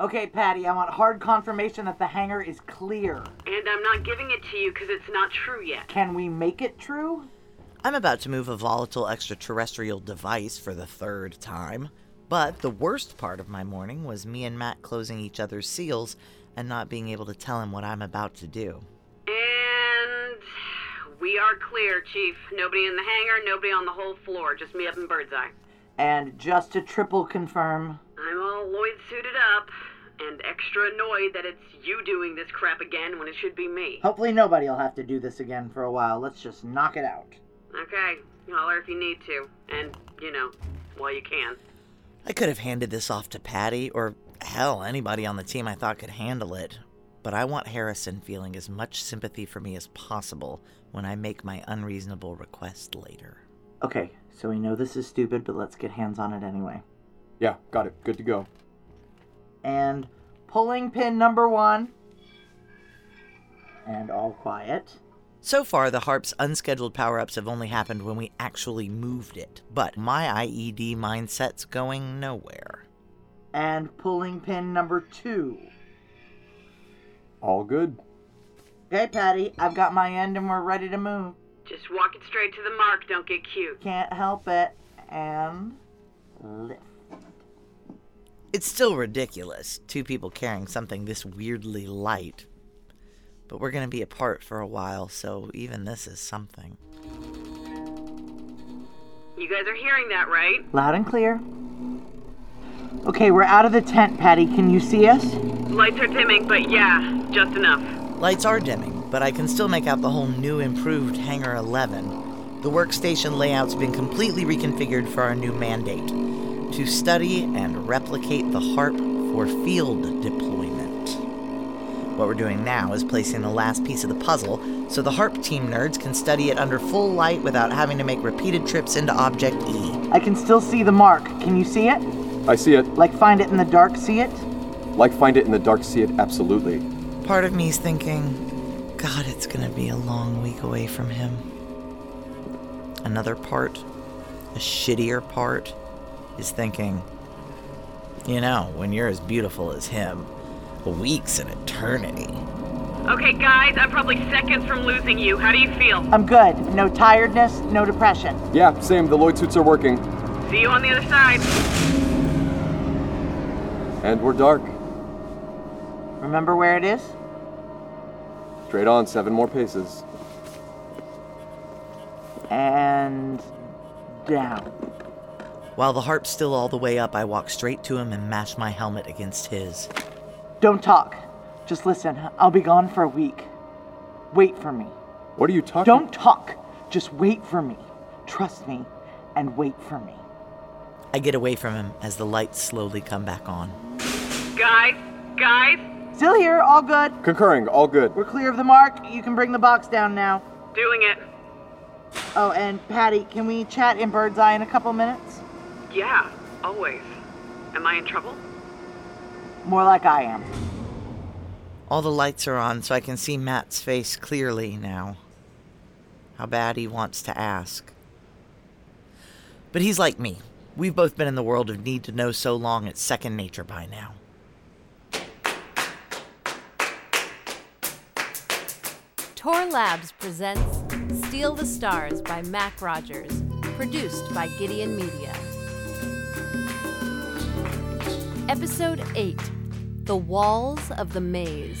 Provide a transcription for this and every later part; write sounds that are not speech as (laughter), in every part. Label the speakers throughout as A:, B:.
A: Okay, Patty, I want hard confirmation that the hangar is clear.
B: And I'm not giving it to you because it's not true yet.
A: Can we make it true?
C: I'm about to move a volatile extraterrestrial device for the third time, but the worst part of my morning was me and Matt closing each other's seals and not being able to tell him what I'm about to do.
B: And we are clear, Chief. Nobody in the hangar, nobody on the whole floor, just me up in Birdseye.
A: And just to triple confirm,
B: I'm all Lloyd suited up and extra annoyed that it's you doing this crap again when it should be me.
A: hopefully nobody will have to do this again for a while. Let's just knock it out.
B: Okay, holler if you need to. And, you know, while you can.
C: I could have handed this off to Patty, or hell, anybody on the team I thought could handle it, but I want Harrison feeling as much sympathy for me as possible when I make my unreasonable request later.
A: Okay, so we know this is stupid, but let's get hands on it anyway.
D: Yeah, got it. Good to go.
A: And pulling pin number one. And all quiet.
C: So far, the HARP's unscheduled power ups have only happened when we actually moved it, but my IED mindset's going nowhere.
A: And pulling pin number two.
D: All good.
A: Okay, Patty, I've got my end and we're ready to move.
B: Just walk it straight to the mark, don't get cute.
A: Can't help it. And lift.
C: It's still ridiculous, two people carrying something this weirdly light. But we're going to be apart for a while, so even this is something.
B: You guys are hearing that, right?
A: Loud and clear. Okay, we're out of the tent, Patty. Can you see us?
B: Lights are dimming, but yeah, just enough.
C: Lights are dimming, but I can still make out the whole new improved Hangar 11. The workstation layout's been completely reconfigured for our new mandate to study and replicate the HARP for field deployment. What we're doing now is placing the last piece of the puzzle so the HARP team nerds can study it under full light without having to make repeated trips into Object E.
A: I can still see the mark. Can you see it?
D: I see it.
A: Like, find it in the dark, see it?
D: Like find it in the dark, see it absolutely.
C: Part of me's thinking, God, it's gonna be a long week away from him. Another part, a shittier part, is thinking, you know, when you're as beautiful as him, a week's an eternity.
B: Okay, guys, I'm probably seconds from losing you. How do you feel?
A: I'm good. No tiredness, no depression.
D: Yeah, same. The Lloyd suits are working,
B: See you on the other side.
D: and we're dark.
A: Remember where it is?
D: Straight on, seven more paces.
A: And down.
C: While the harp's still all the way up, I walk straight to him and mash my helmet against his.
A: Don't talk. Just listen. I'll be gone for a week. Wait for me.
D: What are you talking?
A: Don't talk. Just wait for me. Trust me and wait for me.
C: I get away from him as the lights slowly come back on.
B: Guys, guys,
A: Still here, all good.
D: Concurring. All good.
A: We're clear of the mark. You can bring the box down now.
B: doing it.
A: Oh, and Patty, can we chat in bird's eye in a couple minutes?
B: Yeah, always. Am I in trouble?
A: More like I am.
C: All the lights are on, so I can see Matt's face clearly now. How bad he wants to ask. But he's like me. We've both been in the world of need to know so long it's second nature by now.
E: Tor Labs presents Steal the Stars by Mac Rogers, produced by Gideon Media. Episode 8 The Walls of the Maze.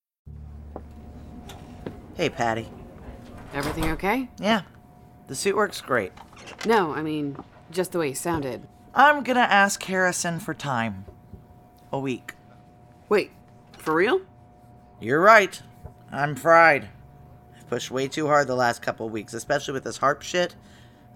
C: Hey, Patty.
F: Everything okay?
C: Yeah, the suit works great.
F: No, I mean, just the way you sounded.
C: I'm gonna ask Harrison for time. A week.
F: Wait, for real?
C: You're right. I'm fried. I've pushed way too hard the last couple of weeks, especially with this harp shit.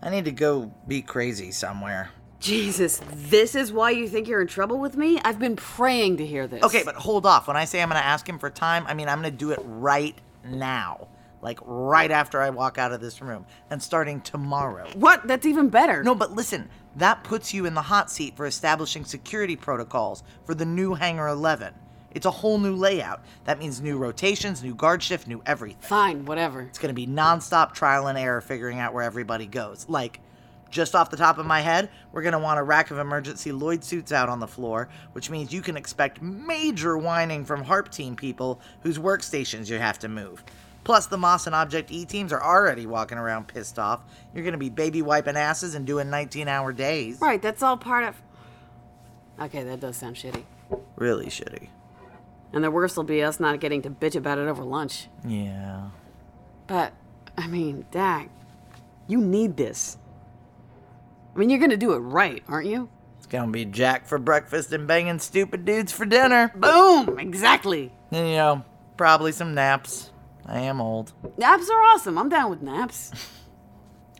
C: I need to go be crazy somewhere.
B: Jesus, this is why you think you're in trouble with me? I've been praying to hear this.
G: Okay, but hold off. When I say I'm going to ask him for time, I mean I'm going to do it right now. Like right after I walk out of this room and starting tomorrow.
B: What? That's even better.
G: No, but listen, that puts you in the hot seat for establishing security protocols for the new Hangar 11. It's a whole new layout. That means new rotations, new guard shift, new everything.
B: Fine, whatever.
G: It's going to be nonstop trial and error figuring out where everybody goes. Like, just off the top of my head, we're going to want a rack of emergency Lloyd suits out on the floor, which means you can expect major whining from HARP team people whose workstations you have to move. Plus, the Moss and Object E teams are already walking around pissed off. You're going to be baby wiping asses and doing 19 hour days.
B: Right, that's all part of. Okay, that does sound shitty.
G: Really shitty.
B: And the worst will be us not getting to bitch about it over lunch.
G: Yeah.
B: But, I mean, Dak, you need this. I mean, you're gonna do it right, aren't you?
G: It's going to be Jack for breakfast and banging stupid dudes for dinner.
B: Boom! Exactly.
G: And, you know, probably some naps. I am old.
B: Naps are awesome. I'm down with naps.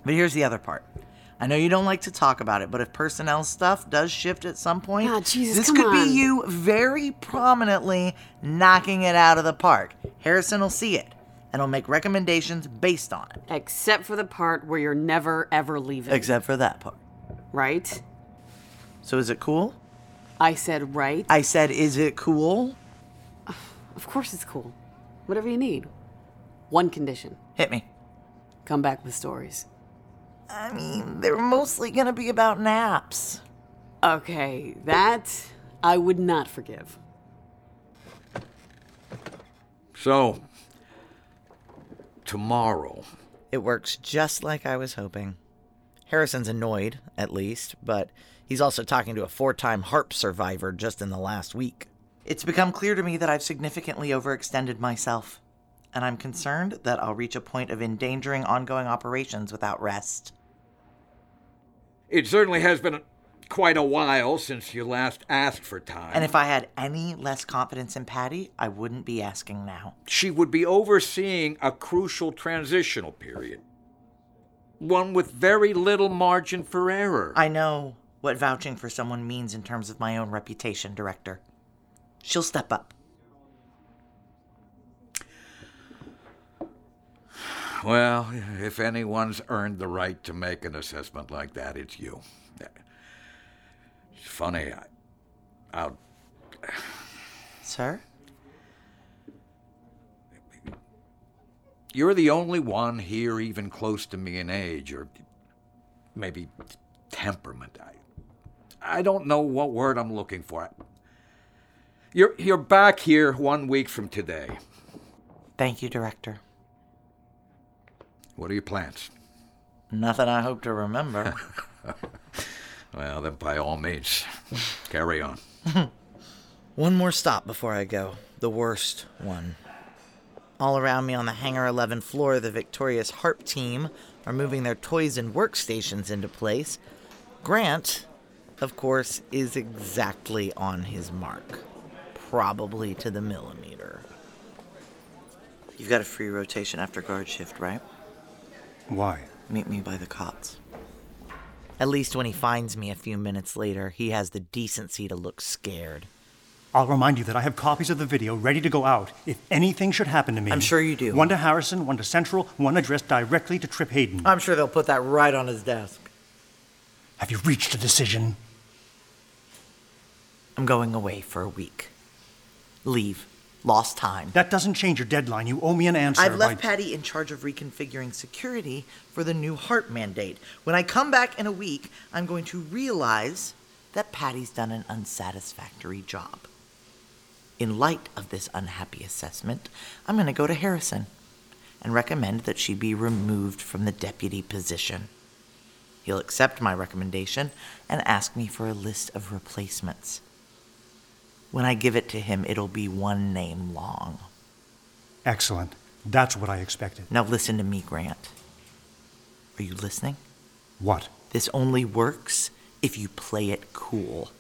G: But here's the other part. I know you don't like to talk about it, but if personnel stuff does shift at some point,
B: Ah, Jesus,
G: this
B: come
G: could
B: on.
G: be you very prominently knocking it out of the park. Harrison will see it and will make recommendations based on it.
B: Except for the part where you're never ever leaving.
G: Except for that part.
B: Right?
G: So is it cool?
B: I said right.
G: I said, is it cool?
B: Of course it's cool. Whatever you need. One condition
G: Hit me.
B: come back with stories.
G: I mean, they're mostly going to be about naps.
B: Okay, that I would not forgive.
H: So, tomorrow.
G: It works just like I was hoping. Harrison's annoyed, at least, but he's also talking to a four time HARP survivor just in the last week. It's become clear to me that I've significantly overextended myself, and I'm concerned that I'll reach a point of endangering ongoing operations without rest.
H: It certainly has been quite a while since you last asked for time.
G: And if I had any less confidence in Patty, I wouldn't be asking now.
H: she would be overseeing a crucial transitional period, one with very little margin for error.
G: I know what vouching for someone means in terms of my own reputation, Director. She'll step up.
H: Well, if anyone's earned the right to make an assessment like that, it's you. It's funny. I, I'll,
G: Sir?
H: you're the only one here, even close to me in age, or maybe temperament. I, I don't know what word I'm looking for. You're you're back here one week from today.
G: Thank you, Director.
H: What are your plans?
G: Nothing I hope to remember.
H: Well, then by all means, carry on.
G: (laughs) one more stop before I go. The worst one. All around me on the Hangar 11 floor, the victorious HARP team are moving their toys and workstations into place. Grant, of course, is exactly on his mark. Probably to the millimeter. You've got a free rotation after guard shift, right?
I: Why?
G: Meet me by the cots. At least when he finds me a few minutes later, he has the decency to look scared.
I: I'll remind you that I have copies of the video ready to go out if anything should happen to me.
G: I'm sure you do.
I: One to Harrison, one to Central, one addressed directly to Trip Hayden.
G: I'm sure they'll put that right on his desk.
I: have you reached a decision?
G: I'm going away for a week. Leave. Lost time.
I: That doesn't change your deadline. You owe me an answer.
G: I've left
I: by-
G: Patty in charge of reconfiguring security for the new heart mandate. When I come back in a week, I'm going to realize that Patty's done an unsatisfactory job. In light of this unhappy assessment, I'm going to go to Harrison and recommend that she be removed from the deputy position. He'll accept my recommendation and ask me for a list of replacements. When I give it to him, it'll be one name long.
I: Excellent. That's what I expected.
G: Now listen to me, Grant. Are you listening?
I: What?
G: This only works if you play it cool.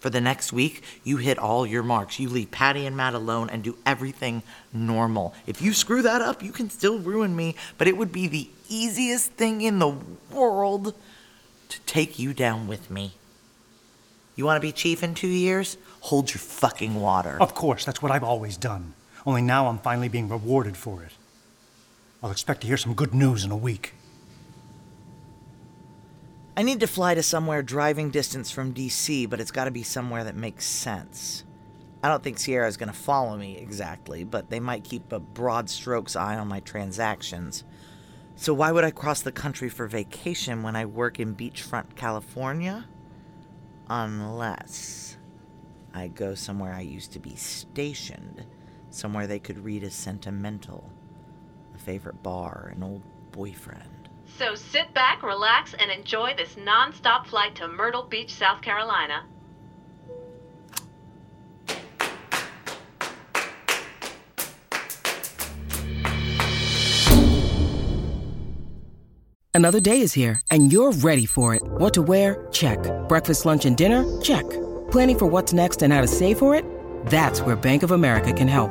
G: For the next week, you hit all your marks. You leave Patty and Matt alone and do everything normal. If you screw that up, you can still ruin me, but it would be the easiest thing in the world to take you down with me. You want to be chief in two years? Hold your fucking water.
I: Of course, that's what I've always done. Only now I'm finally being rewarded for it. I'll expect to hear some good news in a week.
G: I need to fly to somewhere driving distance from DC, but it's got to be somewhere that makes sense. I don't think Sierra's going to follow me exactly, but they might keep a broad strokes eye on my transactions. So why would I cross the country for vacation when I work in beachfront California? Unless I go somewhere I used to be stationed, somewhere they could read as sentimental, a favorite bar, an old boyfriend.
J: So sit back, relax, and enjoy this nonstop flight to Myrtle Beach, South Carolina.
K: Another day is here, and you're ready for it. What to wear? Check. Breakfast, lunch, and dinner? Check. Planning for what's next and how to save for it? That's where Bank of America can help.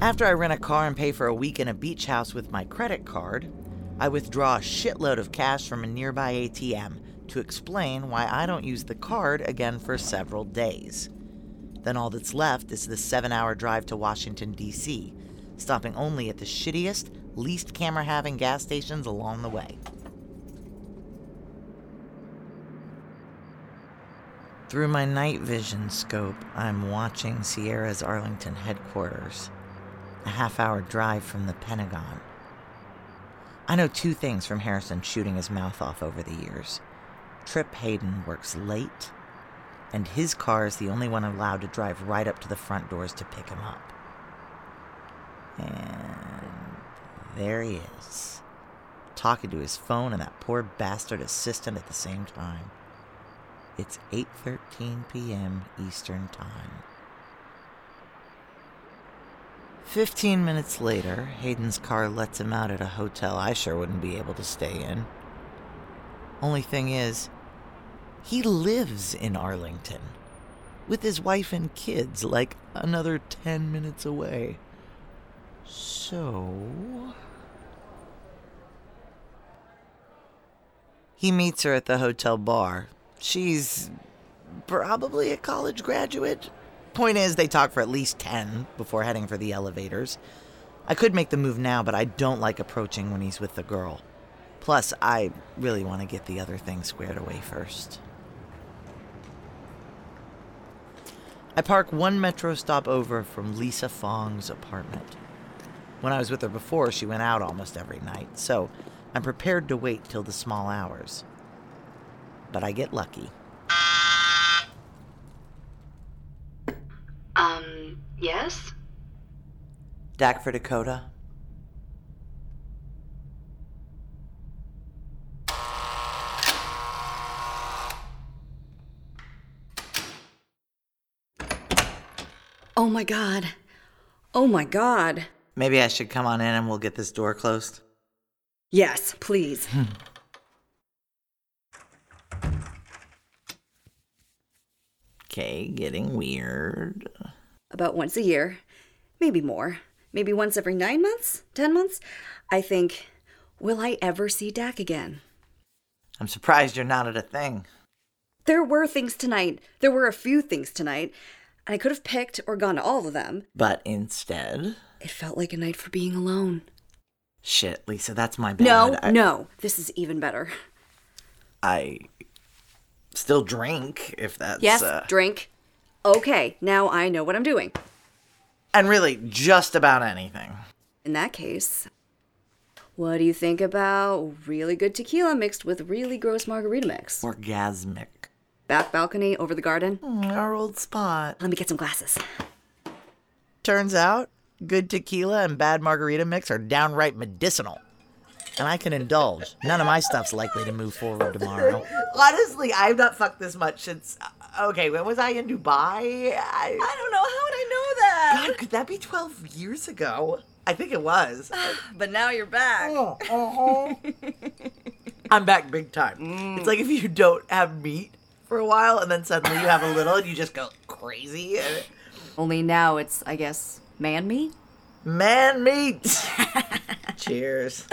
G: After I rent a car and pay for a week in a beach house with my credit card, I withdraw a shitload of cash from a nearby ATM to explain why I don't use the card again for several days. Then all that's left is the seven hour drive to Washington, D.C., stopping only at the shittiest, least camera having gas stations along the way. Through my night vision scope, I'm watching Sierra's Arlington headquarters, a half hour drive from the Pentagon. I know two things from Harrison shooting his mouth off over the years Trip Hayden works late, and his car is the only one allowed to drive right up to the front doors to pick him up. And there he is, talking to his phone and that poor bastard assistant at the same time. It's 8:13 p.m. Eastern Time. 15 minutes later, Hayden's car lets him out at a hotel I sure wouldn't be able to stay in. Only thing is, he lives in Arlington with his wife and kids like another 10 minutes away. So. He meets her at the hotel bar. She's probably a college graduate. Point is, they talk for at least 10 before heading for the elevators. I could make the move now, but I don't like approaching when he's with the girl. Plus, I really want to get the other thing squared away first. I park one metro stop over from Lisa Fong's apartment. When I was with her before, she went out almost every night, so I'm prepared to wait till the small hours. But I get lucky.
J: Um, yes?
G: Dak for Dakota.
E: Oh my god. Oh my god.
G: Maybe I should come on in and we'll get this door closed.
E: Yes, please.
G: Okay, getting weird.
E: About once a year. Maybe more. Maybe once every nine months? Ten months? I think, will I ever see Dak again?
G: I'm surprised you're not at a thing.
E: There were things tonight. There were a few things tonight. And I could have picked or gone to all of them.
G: But instead.
E: It felt like a night for being alone.
G: Shit, Lisa, that's my bad.
E: No,
G: I,
E: no. This is even better.
G: I still drink, if that's.
E: yes,
G: uh,
E: drink. Okay, now I know what I'm doing.
G: and really, just about anything.
E: In that case, what do you think about really good tequila mixed with really gross margarita mix?
G: Orgasmic.
E: Back balcony over the garden.
G: Mm, Our old spot.
E: Let me get some glasses.
G: Turns out, good tequila and bad margarita mix are downright medicinal. And I can (laughs) indulge. None of my stuff's likely to move forward tomorrow. Honestly, I've not fucked this much since uh, Okay, when was I in Dubai? I,
E: I don't know. How would I know that?
G: God, could that be 12 years ago? I think it (sighs) was.
E: but now you're back.
G: I'm back big time. It's like if you don't have meat for a while and then suddenly you have a little and you just go (laughs) crazy.
E: Only now it's, I guess, man meat?
G: Man meat! (laughs) Cheers.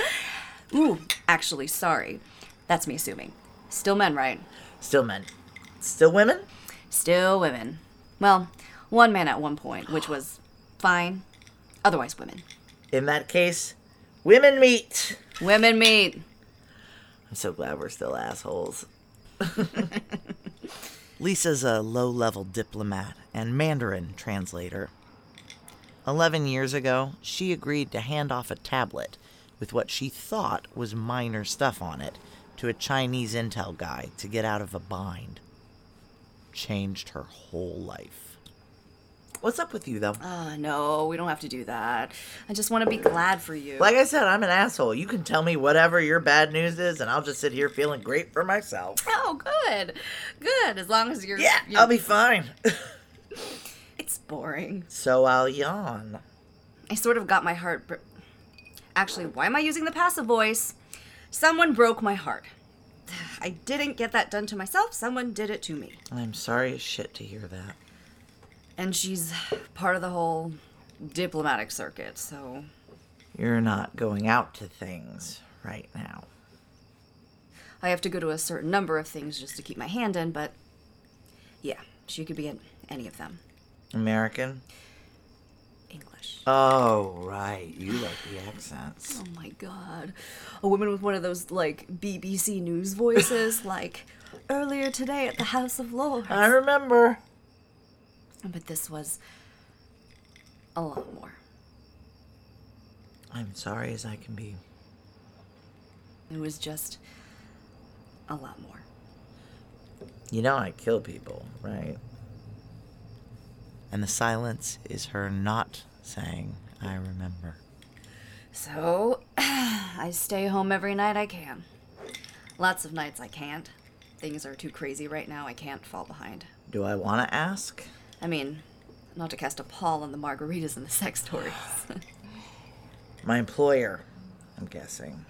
E: Ooh, actually, sorry. That's me assuming. Still men, right?
G: Still men. Still women?
E: Still women. Well, one man at one point, which was fine. Otherwise, women.
G: In that case, women meat.
E: Women meat.
G: I'm so glad we're still assholes. (laughs) Lisa's a low level diplomat and Mandarin translator. Eleven years ago, she agreed to hand off a tablet with what she thought was minor stuff on it to a Chinese intel guy to get out of a bind. Changed her whole life. What's up with you, though?
E: Uh, no, we don't have to do that. I just want to be glad for you.
G: Like I said, I'm an asshole. You can tell me whatever your bad news is, and I'll just sit here feeling great for myself.
E: Oh, good. Good. As long as you're.
G: Yeah,
E: you're-
G: I'll be fine.
E: (laughs)
G: (laughs)
E: It's boring.
G: So I'll yawn.
E: I sort of got my heart. Br- Actually, why am I using the passive voice? Someone broke my heart. (sighs) I didn't get that done to myself. Someone did it to me.
G: I'm sorry as shit to hear that.
E: And she's part of the whole diplomatic circuit, so.
G: You're not going out to things right now.
E: I have to go to a certain number of things just to keep my hand in, but yeah, she could be at any of them.
G: American?
E: English.
G: Oh, right. You like the accents.
E: Oh my god. A woman with one of those like BBC news voices like earlier today at the House of Lords.
G: I remember.
E: But this was a lot more.
G: I'm sorry as I can be.
E: It was just a lot more.
G: You know I kill people, right? And the silence is her not saying, I remember.
E: So, (sighs) I stay home every night I can. Lots of nights I can't. Things are too crazy right now. I can't fall behind.
G: Do I want to ask?
E: I mean, not to cast a pall on the margaritas and the sex stories.
G: My employer, I'm guessing.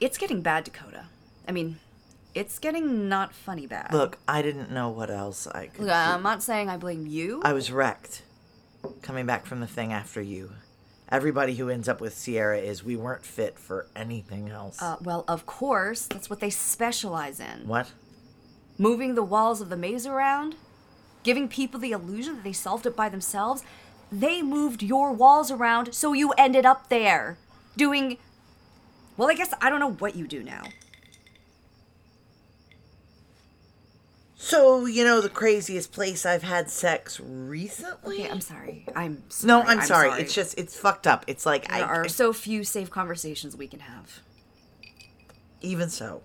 E: it's getting bad, Dakota. I mean, it's getting not funny bad.
G: Look, I didn't know what else I could.
E: Look, I'm not saying I blame you.
G: I was wrecked. Coming back from the thing after you. Everybody who ends up with Sierra is we weren't fit for anything else.
E: Uh, well, of course, that's what they specialize in.
G: what?
E: Moving the walls of the maze around, giving people the illusion that they solved it by themselves. They moved your walls around, so you ended up there. Doing. Well, I guess I don't know what you do now.
G: So, you know, the craziest place I've had sex recently?
E: Okay, I'm sorry. I'm sorry.
G: No, I'm, sorry. It's just, it's fucked up. It's like,
E: There
G: I.
E: are so few safe conversations we can have.
G: Even so.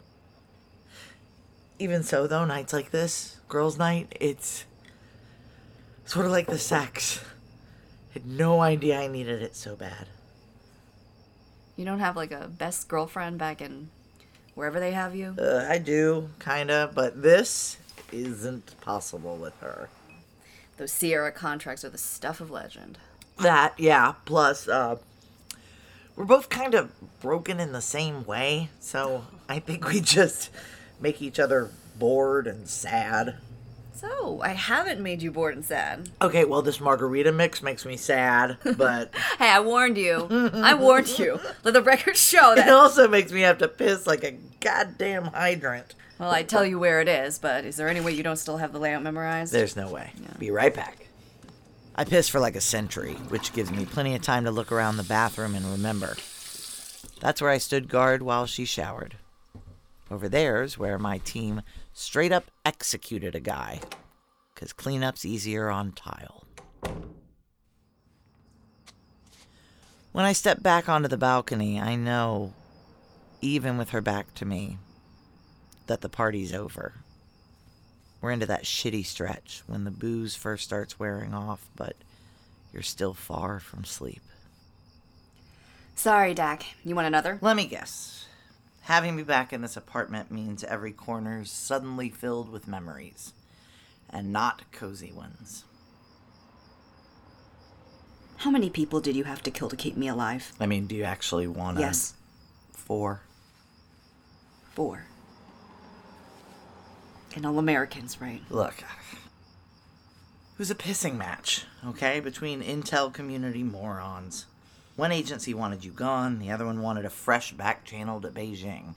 G: Even so, though, nights like this, girls' night, it's sort of like the sex. Had no idea I needed it so bad.
E: You don't have like a best girlfriend back in wherever they have you?
G: Uh, I do, kinda, but this isn't possible with her.
E: Those Sierra contracts are the stuff of legend.
G: That, yeah, plus, uh, we're both kind of broken in the same way, so I think we just make each other bored and sad.
E: So, I haven't made you bored and sad.
G: Okay, well, this margarita mix makes me sad, but
E: Hey, I warned (laughs) you. I warned you. Let the record
G: (laughs)
E: show
G: it
E: that. (laughs)
G: also makes me have to piss like a goddamn hydrant.
E: Well, I tell you where it is, but is there any way you don't still have the layout memorized?
G: There's no way. Be right back. I pissed for like a century, which gives me plenty of time to look around the bathroom and remember. That's where I stood guard while she showered. Over there's where my team straight up executed a guy, 'cause cleanup's easier on tile. When I step back onto the balcony, I know, even with her back to me, that the party's over. We're into that shitty stretch when the booze first starts wearing off, but you're still far from sleep.
E: Sorry, Dak. You want another?
G: Let me guess. Having me back in this apartment means every corner's suddenly filled with memories. and not cozy ones.
E: How many people did you have to kill to keep me alive?
G: I mean, do you actually want to?
E: Yes.
G: Four.
E: Four. And all Americans, right?
G: Look, it was a pissing match, okay, between intel community morons. One agency wanted you gone, the other one wanted a fresh back channel to Beijing.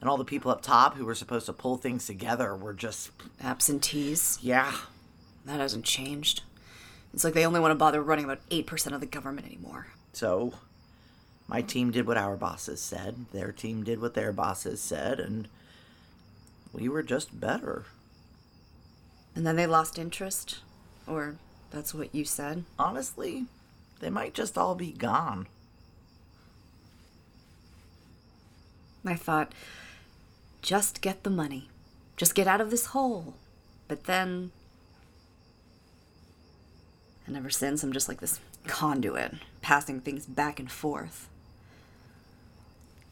G: And all the people up top who were supposed to pull things together were just.
E: Absentees?
G: Yeah.
E: That hasn't changed. It's like they only want to bother running about 8% of the government anymore.
G: So, my team did what our bosses said, their team did what their bosses said, and we were just better.
E: And then they lost interest? Or that's what you said?
G: Honestly, they might just all be gone.
E: I thought, just get the money. Just get out of this hole. But then. And ever since, I'm just like this conduit, passing things back and forth.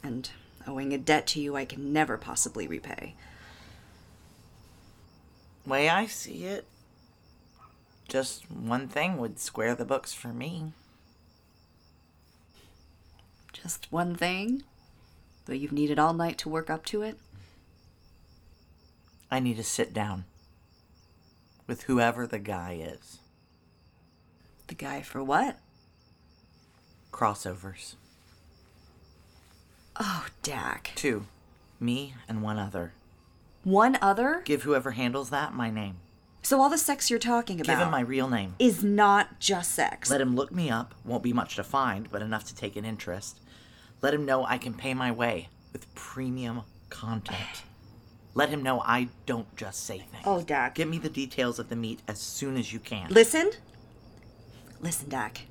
E: And owing a debt to you I can never possibly repay.
G: Way I see it, just one thing would square the books for me.
E: Just one thing? Though you've needed all night to work up to it?
G: I need to sit down with whoever the guy is.
E: The guy for what?
G: Crossovers.
E: Oh, Dak.
G: Two. Me and one other.
E: One other?
G: Give whoever handles that my name.
E: So all the sex you're talking about
G: Give him my real name.
E: is not just sex.
G: Let him look me up. Won't be much to find, but enough to take an interest. Let him know I can pay my way with premium content. Let him know I don't just say things.
E: Oh, Dak.
G: Give me the details of the meet as soon as you can.
E: Listen. Listen, Dak.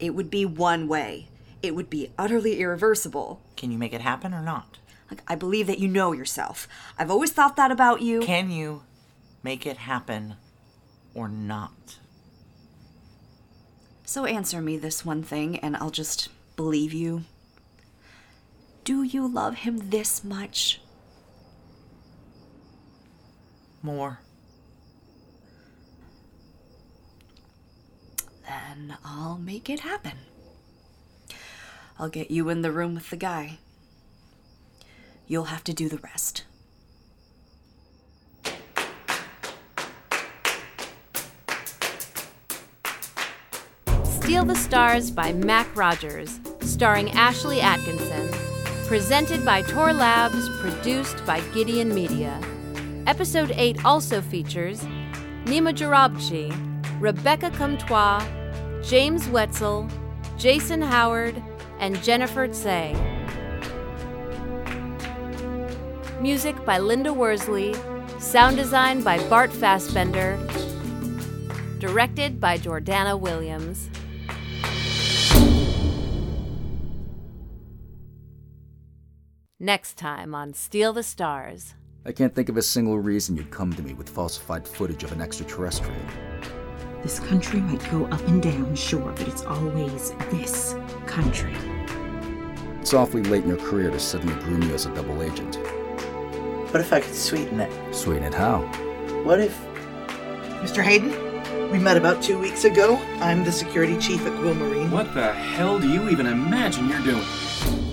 E: It would be one way. It would be utterly irreversible.
G: Can you make it happen or not?
E: Like, I believe that you know yourself. I've always thought that about you.
G: Can you make it happen or not?
E: So answer me this one thing, and I'll just believe you. Do you love him this much?
G: More.
E: Then I'll make it happen. I'll get you in the room with the guy. You'll have to do the rest.
B: Steal the Stars by Mac Rogers, starring Ashley Atkinson. Presented by Tor Labs, produced by Gideon Media. Episode 8 also features Nima Jarabchi, Rebecca Comtois, James Wetzel, Jason Howard, and Jennifer Tsay. Music by Linda Worsley, sound design by Bart Fassbender, directed by Jordana Williams. Next time on Steal the Stars.
H: I can't think of a single reason you'd come to me with falsified footage of an extraterrestrial.
L: This country might go up and down, sure, but it's always this country.
H: It's awfully late in your career to suddenly groom you as a double agent.
G: What if I could sweeten it?
H: Sweeten it how?
G: What if. Mr. Hayden? We met about two weeks ago. I'm the security chief at Quill Marine.
D: What the hell do you even imagine you're doing?